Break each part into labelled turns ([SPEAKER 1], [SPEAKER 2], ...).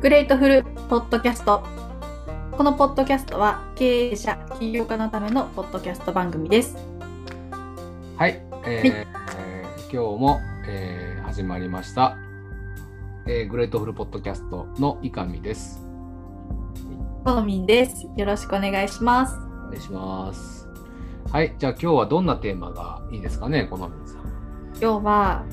[SPEAKER 1] グレートフルポッドキャストこのポッドキャストは経営者起業家のためのポッドキャスト番組です
[SPEAKER 2] はい、えーえー今日も、えー始まりました、えーグレートフルポッドキャストの伊上です。
[SPEAKER 1] トーミンですよろしくお願いします
[SPEAKER 2] お願いします。はい、じゃあ今日はどんなテーマがいいですかね、このみさん。
[SPEAKER 1] 今日は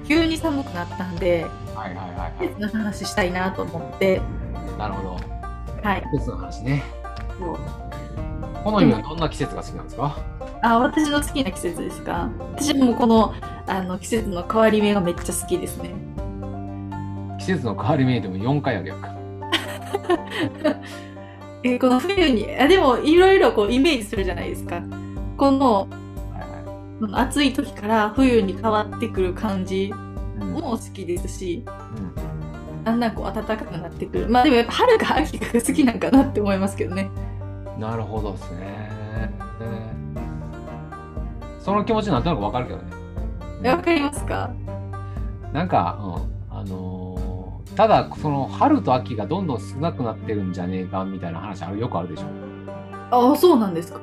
[SPEAKER 2] うん
[SPEAKER 1] 急に寒くなったんで
[SPEAKER 2] はいはいはい
[SPEAKER 1] 季節の話したいなと思って
[SPEAKER 2] はい。なるほど。
[SPEAKER 1] はい
[SPEAKER 2] 季節の話ね。
[SPEAKER 1] もう
[SPEAKER 2] このみはどんな季節が好きなんですか、
[SPEAKER 1] あ私の好きな季節ですか私もこのあの季節の変わり目がめっちゃ好きですね
[SPEAKER 2] 季節の変わり目でも4回あげようか。
[SPEAKER 1] えーこの冬にあでもいろいろこうイメージするじゃないですかこの
[SPEAKER 2] はいはい
[SPEAKER 1] この暑い時から冬に変わってくる感じ
[SPEAKER 2] うん
[SPEAKER 1] も好きですし
[SPEAKER 2] うん
[SPEAKER 1] だんだんこう暖かくなってくるまあでもやっぱ春か秋が好きなんかなって思いますけどね
[SPEAKER 2] なるほどですね。えーその気持ちなんとなくわかるけどね。
[SPEAKER 1] えわかりますか
[SPEAKER 2] なんか、うん、あのーただその春と秋がどんどん少なくなってるんじゃねえかみたいな話あるよくあるでしょ。
[SPEAKER 1] ああそうなんですか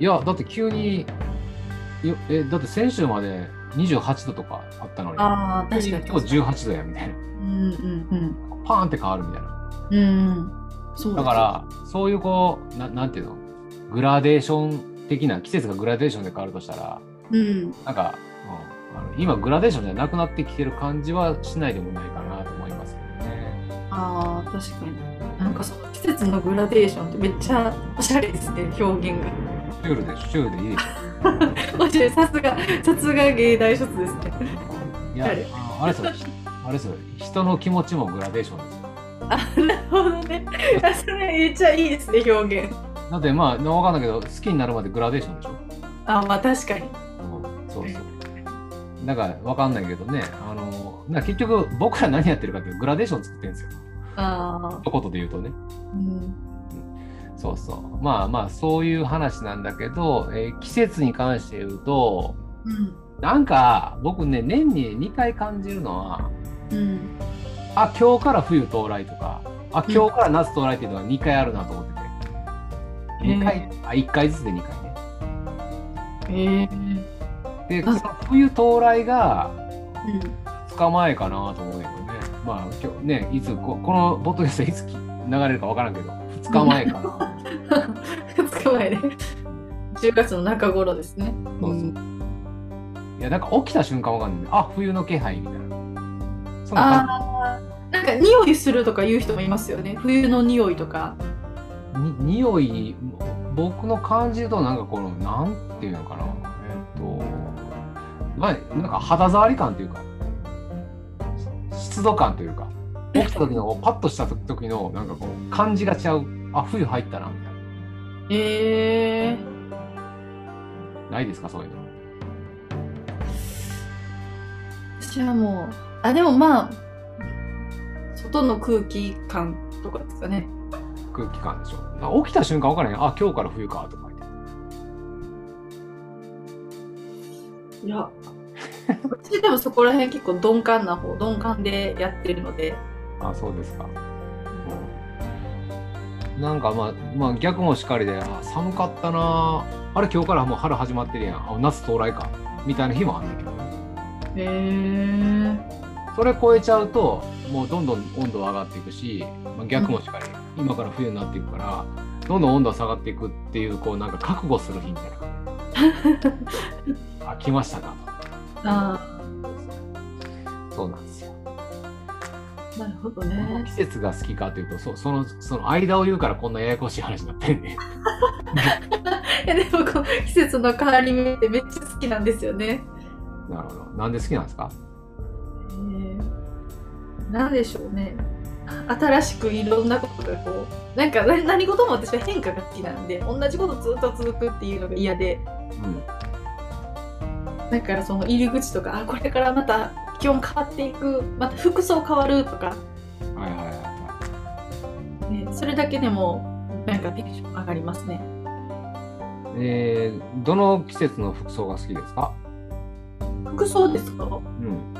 [SPEAKER 2] いやだって急によえだって先週まで28度とかあったのに
[SPEAKER 1] ああ確か
[SPEAKER 2] 今
[SPEAKER 1] に
[SPEAKER 2] 日18度やみたいな
[SPEAKER 1] うんうん
[SPEAKER 2] パーンって変わるみたいな
[SPEAKER 1] うんうんそうで
[SPEAKER 2] だ
[SPEAKER 1] す
[SPEAKER 2] からそういうこうななんていうのグラデーション的な季節がグラデーションで変わるとしたら
[SPEAKER 1] うん
[SPEAKER 2] なんか、うん、あの今グラデーションじゃなくなってきてる感じはしないでもないかなと思いますけどね。
[SPEAKER 1] ああ確かになんかその季節のグラデーションってめっちゃおしゃれですね表現が
[SPEAKER 2] シュールでシュールでいいでしょ
[SPEAKER 1] おしゃれさすがさすが芸大卒ですね
[SPEAKER 2] いや、あ
[SPEAKER 1] 誰
[SPEAKER 2] のあれですよ、あれですよ、人の気持ちもグラデーションですよ。
[SPEAKER 1] なるほどね。あそれめっちゃいいですね、表現。
[SPEAKER 2] だってまあ、わかんないけど、好きになるまでグラデーションでしょ。
[SPEAKER 1] あ、まあ確かに。
[SPEAKER 2] うん、そうそう。だから、わかんないけどね、あの、な結局、僕ら何やってるかっていうとグラデーション作ってるんですよ。
[SPEAKER 1] ああ、
[SPEAKER 2] 一言で言うとね。
[SPEAKER 1] うん。
[SPEAKER 2] そうそう。まあまあ、そういう話なんだけど、えー季節に関して言うと、
[SPEAKER 1] うん。
[SPEAKER 2] なんか、僕ね、年に2回感じるのは、
[SPEAKER 1] うん。
[SPEAKER 2] あ、今日から冬到来とか、あ、今日から夏到来っていうのが2回あるなと思ってて。
[SPEAKER 1] うん
[SPEAKER 2] 2回、あ、1回ずつで2回ね。
[SPEAKER 1] ええ
[SPEAKER 2] で、
[SPEAKER 1] あ
[SPEAKER 2] その冬到来が
[SPEAKER 1] うん。
[SPEAKER 2] 2日前かなと思うんだけどね。まあ、今日ね、いつこ、このポッドキャストいつき流れるかわからんけど、2日前かな。
[SPEAKER 1] 2日前ね。10月の中頃ですね。
[SPEAKER 2] そうそう。いや、なんか起きた瞬間わかんない、ね。あ、冬の気配みたいな。そんな
[SPEAKER 1] ああ、なんか匂いするとか言う人もいますよね。冬の匂いとか。
[SPEAKER 2] 感じ。に匂い、僕の感じると、なんかこの、なんていうのかな。えっと、まあ、なんか肌触り感というか、湿度感というか、起きた時のこうパッとした時の、なんかこう、感じが違う。あ、冬入ったな、みたいな。
[SPEAKER 1] ええ
[SPEAKER 2] ないですかそういうの。
[SPEAKER 1] 私はもう、あ、でもまあ、外の空気感とかですかね。
[SPEAKER 2] 空気感でしょ。あ起きた瞬間分からへん。あ今日から冬かとか言って。
[SPEAKER 1] いや、私でもそこら辺結構鈍感な方、鈍感でやってるので。
[SPEAKER 2] あそうですか。うんなんかまあまあ逆もしかりであ寒かったなあれ今日からもう春始まってるやんあ夏到来かみたいな日もあんねんけど
[SPEAKER 1] へえ。
[SPEAKER 2] それ超えちゃうともうどんどん温度上がっていくし、まあ、逆もしかり、今から冬になっていくからどんどん温度が下がっていくっていうこうなんか覚悟する日みたいな感 じあ来ましたか
[SPEAKER 1] あ
[SPEAKER 2] とそうなんですよ
[SPEAKER 1] あ、なるほど
[SPEAKER 2] この
[SPEAKER 1] ね。
[SPEAKER 2] 季節が好きかというとそそのその間を言うからこんなややこしい話になってん ね
[SPEAKER 1] いやでもこの季節の変わり目ってめっちゃ好きなんですよね。
[SPEAKER 2] なるほどなんで好きなんですか
[SPEAKER 1] なんでしょうね。新しくいろんなことがこう、なんか何何事も私は変化が好きなんで、同じことずっと続くっていうのが嫌で、
[SPEAKER 2] うん
[SPEAKER 1] だからその入り口とか、あ、これからまた気温変わっていく、また服装変わるとか、
[SPEAKER 2] はいはいはいは
[SPEAKER 1] ね、それだけでもなんかテンション上がりますね。
[SPEAKER 2] いえーどの季節の服装が好きですか
[SPEAKER 1] 服装ですか
[SPEAKER 2] うん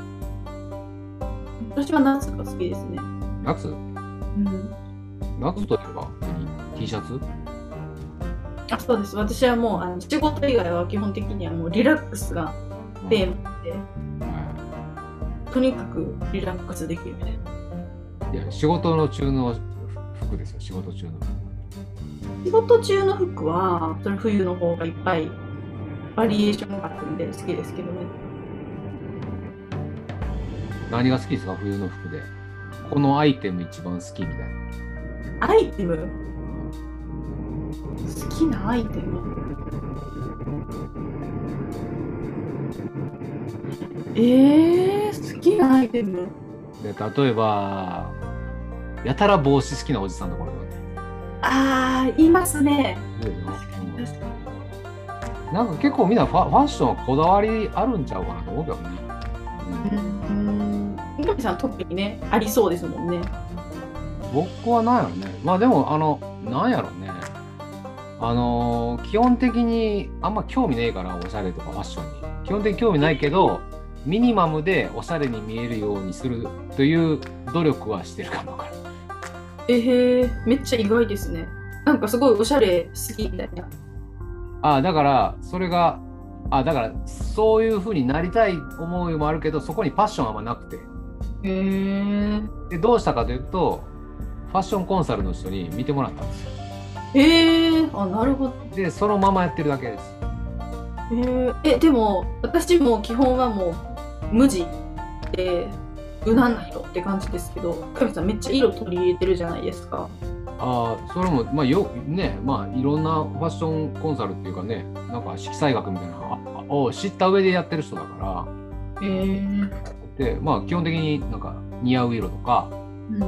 [SPEAKER 1] 私は夏が好きですね。
[SPEAKER 2] 夏
[SPEAKER 1] うん、
[SPEAKER 2] 夏といえば何 T シャツ
[SPEAKER 1] あそうです私はもうあの仕事以外は基本的にはもうリラックスがテーマで
[SPEAKER 2] は
[SPEAKER 1] とにかくリラックスできるみたいない
[SPEAKER 2] いや仕事の中の服ですよ仕事中の
[SPEAKER 1] 仕事中の服はそれ冬の方がいっぱいバリエーションがあるんで好きですけどね
[SPEAKER 2] 何が好きですか冬の服でこのアイテム一番好きみたいな
[SPEAKER 1] アイテム好きなアイテムえー、好きなアイテム
[SPEAKER 2] で例えばやたら帽子好きなおじさんとかおるわけ
[SPEAKER 1] あーいますね
[SPEAKER 2] うん
[SPEAKER 1] 確かに
[SPEAKER 2] なんか結構みんなファファッションはこだわりあるんちゃうかなと思うけどね、
[SPEAKER 1] うん三上さん特にねありそうですもんね
[SPEAKER 2] うん、僕はなんやろねまあでもあのなんやろねあのー基本的にあんま興味ねえからおしゃれとかファッションに基本的に興味ないけどミニマムでおしゃれに見えるようにするという努力はしてるかもわからん
[SPEAKER 1] えへーめっちゃ意外ですねなんかすごいおしゃれ好きみたいな
[SPEAKER 2] あだからそれがあだからそういうふうになりたい思いもあるけどそこにパッションはあんまなくて
[SPEAKER 1] へー
[SPEAKER 2] でどうしたかというとファッションコンサルの人に見てもらったんですよ
[SPEAKER 1] へーあなるほど
[SPEAKER 2] でそのままやってるだけです
[SPEAKER 1] へーえでも私も基本はもう無地で無難な色って感じですけど神さんめっちゃ色取り入れてるじゃないですか
[SPEAKER 2] ああそれもまあよねまあいろんなファッションコンサルっていうかねなんか色彩学みたいなのああを知った上でやってる人だか
[SPEAKER 1] へえ
[SPEAKER 2] らでまあ基本的になんか似合う色とか
[SPEAKER 1] うん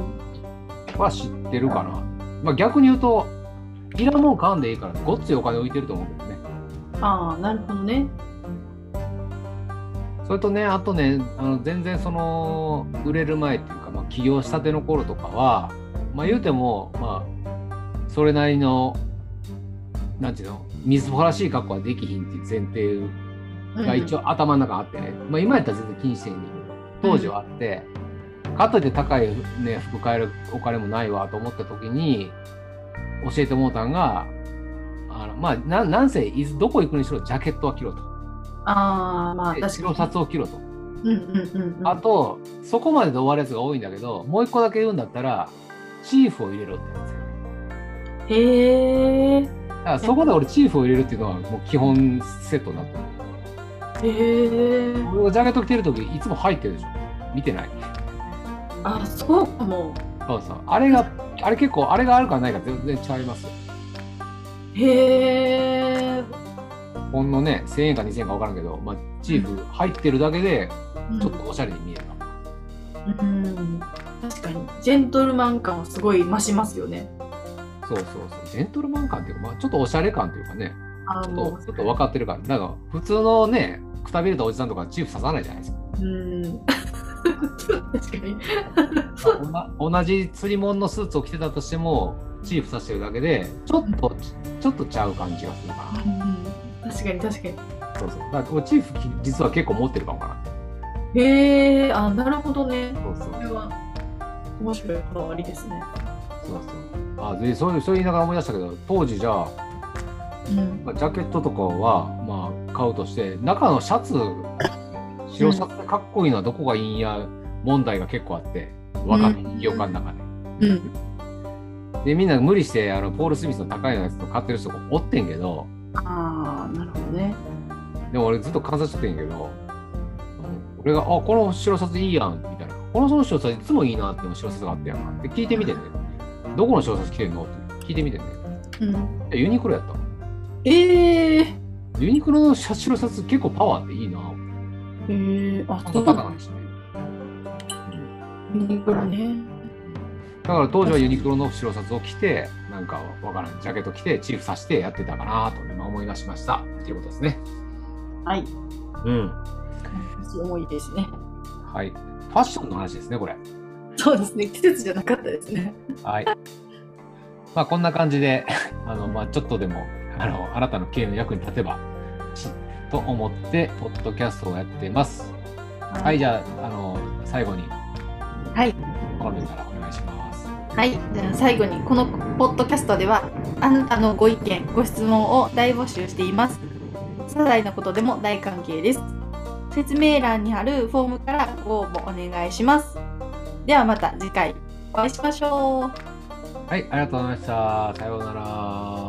[SPEAKER 2] は知ってるかな、まあ、逆に言うといらんもん買んでいいからごっついお金浮いてると思うけどね
[SPEAKER 1] ああなるほどね
[SPEAKER 2] それとねあとねあの全然その売れる前っていうか、まあ、起業したての頃とかはまあ言うてもまあそれなりのなんていうのみずぼらしい格好はできひんっていう前提が一
[SPEAKER 1] 応
[SPEAKER 2] 応頭の中あってね、まあ今やったら全然気にしてへんねんけど当時はあって、かといって高い、ね、服買えるお金もないわと思った時に教えてもうたんがあのまあななんせいずどこ行くにしろジャケットは着ろと
[SPEAKER 1] ああまあ
[SPEAKER 2] で
[SPEAKER 1] 確
[SPEAKER 2] 白シ
[SPEAKER 1] か
[SPEAKER 2] ャツを着ろと。
[SPEAKER 1] にうんうんうんうん
[SPEAKER 2] あと、そこまでで終わるやつが多いんだけど、もう一個だけ言うんだったら、チーフを入れろってやつ。
[SPEAKER 1] へえ
[SPEAKER 2] だからそこで俺、チーフを入れるっていうのは、もう基本セットになってる。
[SPEAKER 1] へえ
[SPEAKER 2] 俺がジャケット着てるとき、いつも入ってるでしょ。見てない。
[SPEAKER 1] あそうかも
[SPEAKER 2] そうそう。あれが、あれ結構、あれがあるかないか全然違いますよ。
[SPEAKER 1] へえ
[SPEAKER 2] ほんのね、1000円か2000円か分からんけど、まあ、チーフ入ってるだけで、ちょっとおしゃれに見えるな。
[SPEAKER 1] うん確かにジェントルマン感はすごい増しますよね
[SPEAKER 2] そうそうそう。ジェントルマン感っていうか、まあ、ちょっとおしゃれ感というかね、
[SPEAKER 1] あ
[SPEAKER 2] ち
[SPEAKER 1] ー
[SPEAKER 2] ょっと
[SPEAKER 1] も
[SPEAKER 2] ちょっと分かってるから、なんか、普通のね、くたびれたおじさんとかチーフ刺さないじゃないですか。
[SPEAKER 1] ううん 確かに
[SPEAKER 2] おな同じ釣り物のスーツを着てたとしてもチーフさせてるだけでちょっとちょっとちゃう感じがするか
[SPEAKER 1] 確かに確か
[SPEAKER 2] なそうそうだから俺チーフき実は結構持ってるかもか
[SPEAKER 1] にへえあなるほどね
[SPEAKER 2] なそうそう
[SPEAKER 1] これは面白いこだわりですね
[SPEAKER 2] そうそうあでそういうそう言いながら思い出したけど当時じゃあ
[SPEAKER 1] うん
[SPEAKER 2] まあジャケットとかはまあ買うとして中のシャツ白シャツでかっこいいのはどこがいいんや問題が結構あって若手業界の中で。
[SPEAKER 1] うん
[SPEAKER 2] でみんな無理してあのポール・スミスの高いのやつと買ってる人がおってんけど、
[SPEAKER 1] ああなるほどね
[SPEAKER 2] でも俺ずっと観察してんけど、俺が、あ、この白シャツいいやん、みたいな。このその白シャツいつもいいなっていう白シャツがあったやんか。で、聞いてみてね。どこの白シャツ着てんのって聞いてみてね。
[SPEAKER 1] うん
[SPEAKER 2] いやユニクロやったわ。
[SPEAKER 1] ええ
[SPEAKER 2] ユニクロのシャ白シャツ結構パワーっていいな。
[SPEAKER 1] ええあ
[SPEAKER 2] パ
[SPEAKER 1] そ
[SPEAKER 2] タ
[SPEAKER 1] うな
[SPEAKER 2] パ
[SPEAKER 1] の
[SPEAKER 2] タなんですね。うん
[SPEAKER 1] ユニクロね
[SPEAKER 2] だから当時はユニクロの白シャツを着て、なんかわからん、ジャケット着て、チーフさしてやってたかなと今思い出しました。っていうことですね。
[SPEAKER 1] はい
[SPEAKER 2] うん。
[SPEAKER 1] 重いですね
[SPEAKER 2] はい。ファッションの話ですね、これ。
[SPEAKER 1] そうですね季節じゃなかったですね
[SPEAKER 2] はい。まあこんな感じで、 あのまあちょっとでもあのあなたの経営の役に立てばしと思ってポッドキャストをやってます。はい、じゃああの最後に
[SPEAKER 1] はい
[SPEAKER 2] こコメントからお願いします。
[SPEAKER 1] はい、じゃあ最後にこのポッドキャストではあなたのご意見ご質問を大募集しています些細なことでも大歓迎です説明欄にあるフォームからご応募お願いしますではまた次回お会いしましょう
[SPEAKER 2] はい、ありがとうございました。さようなら。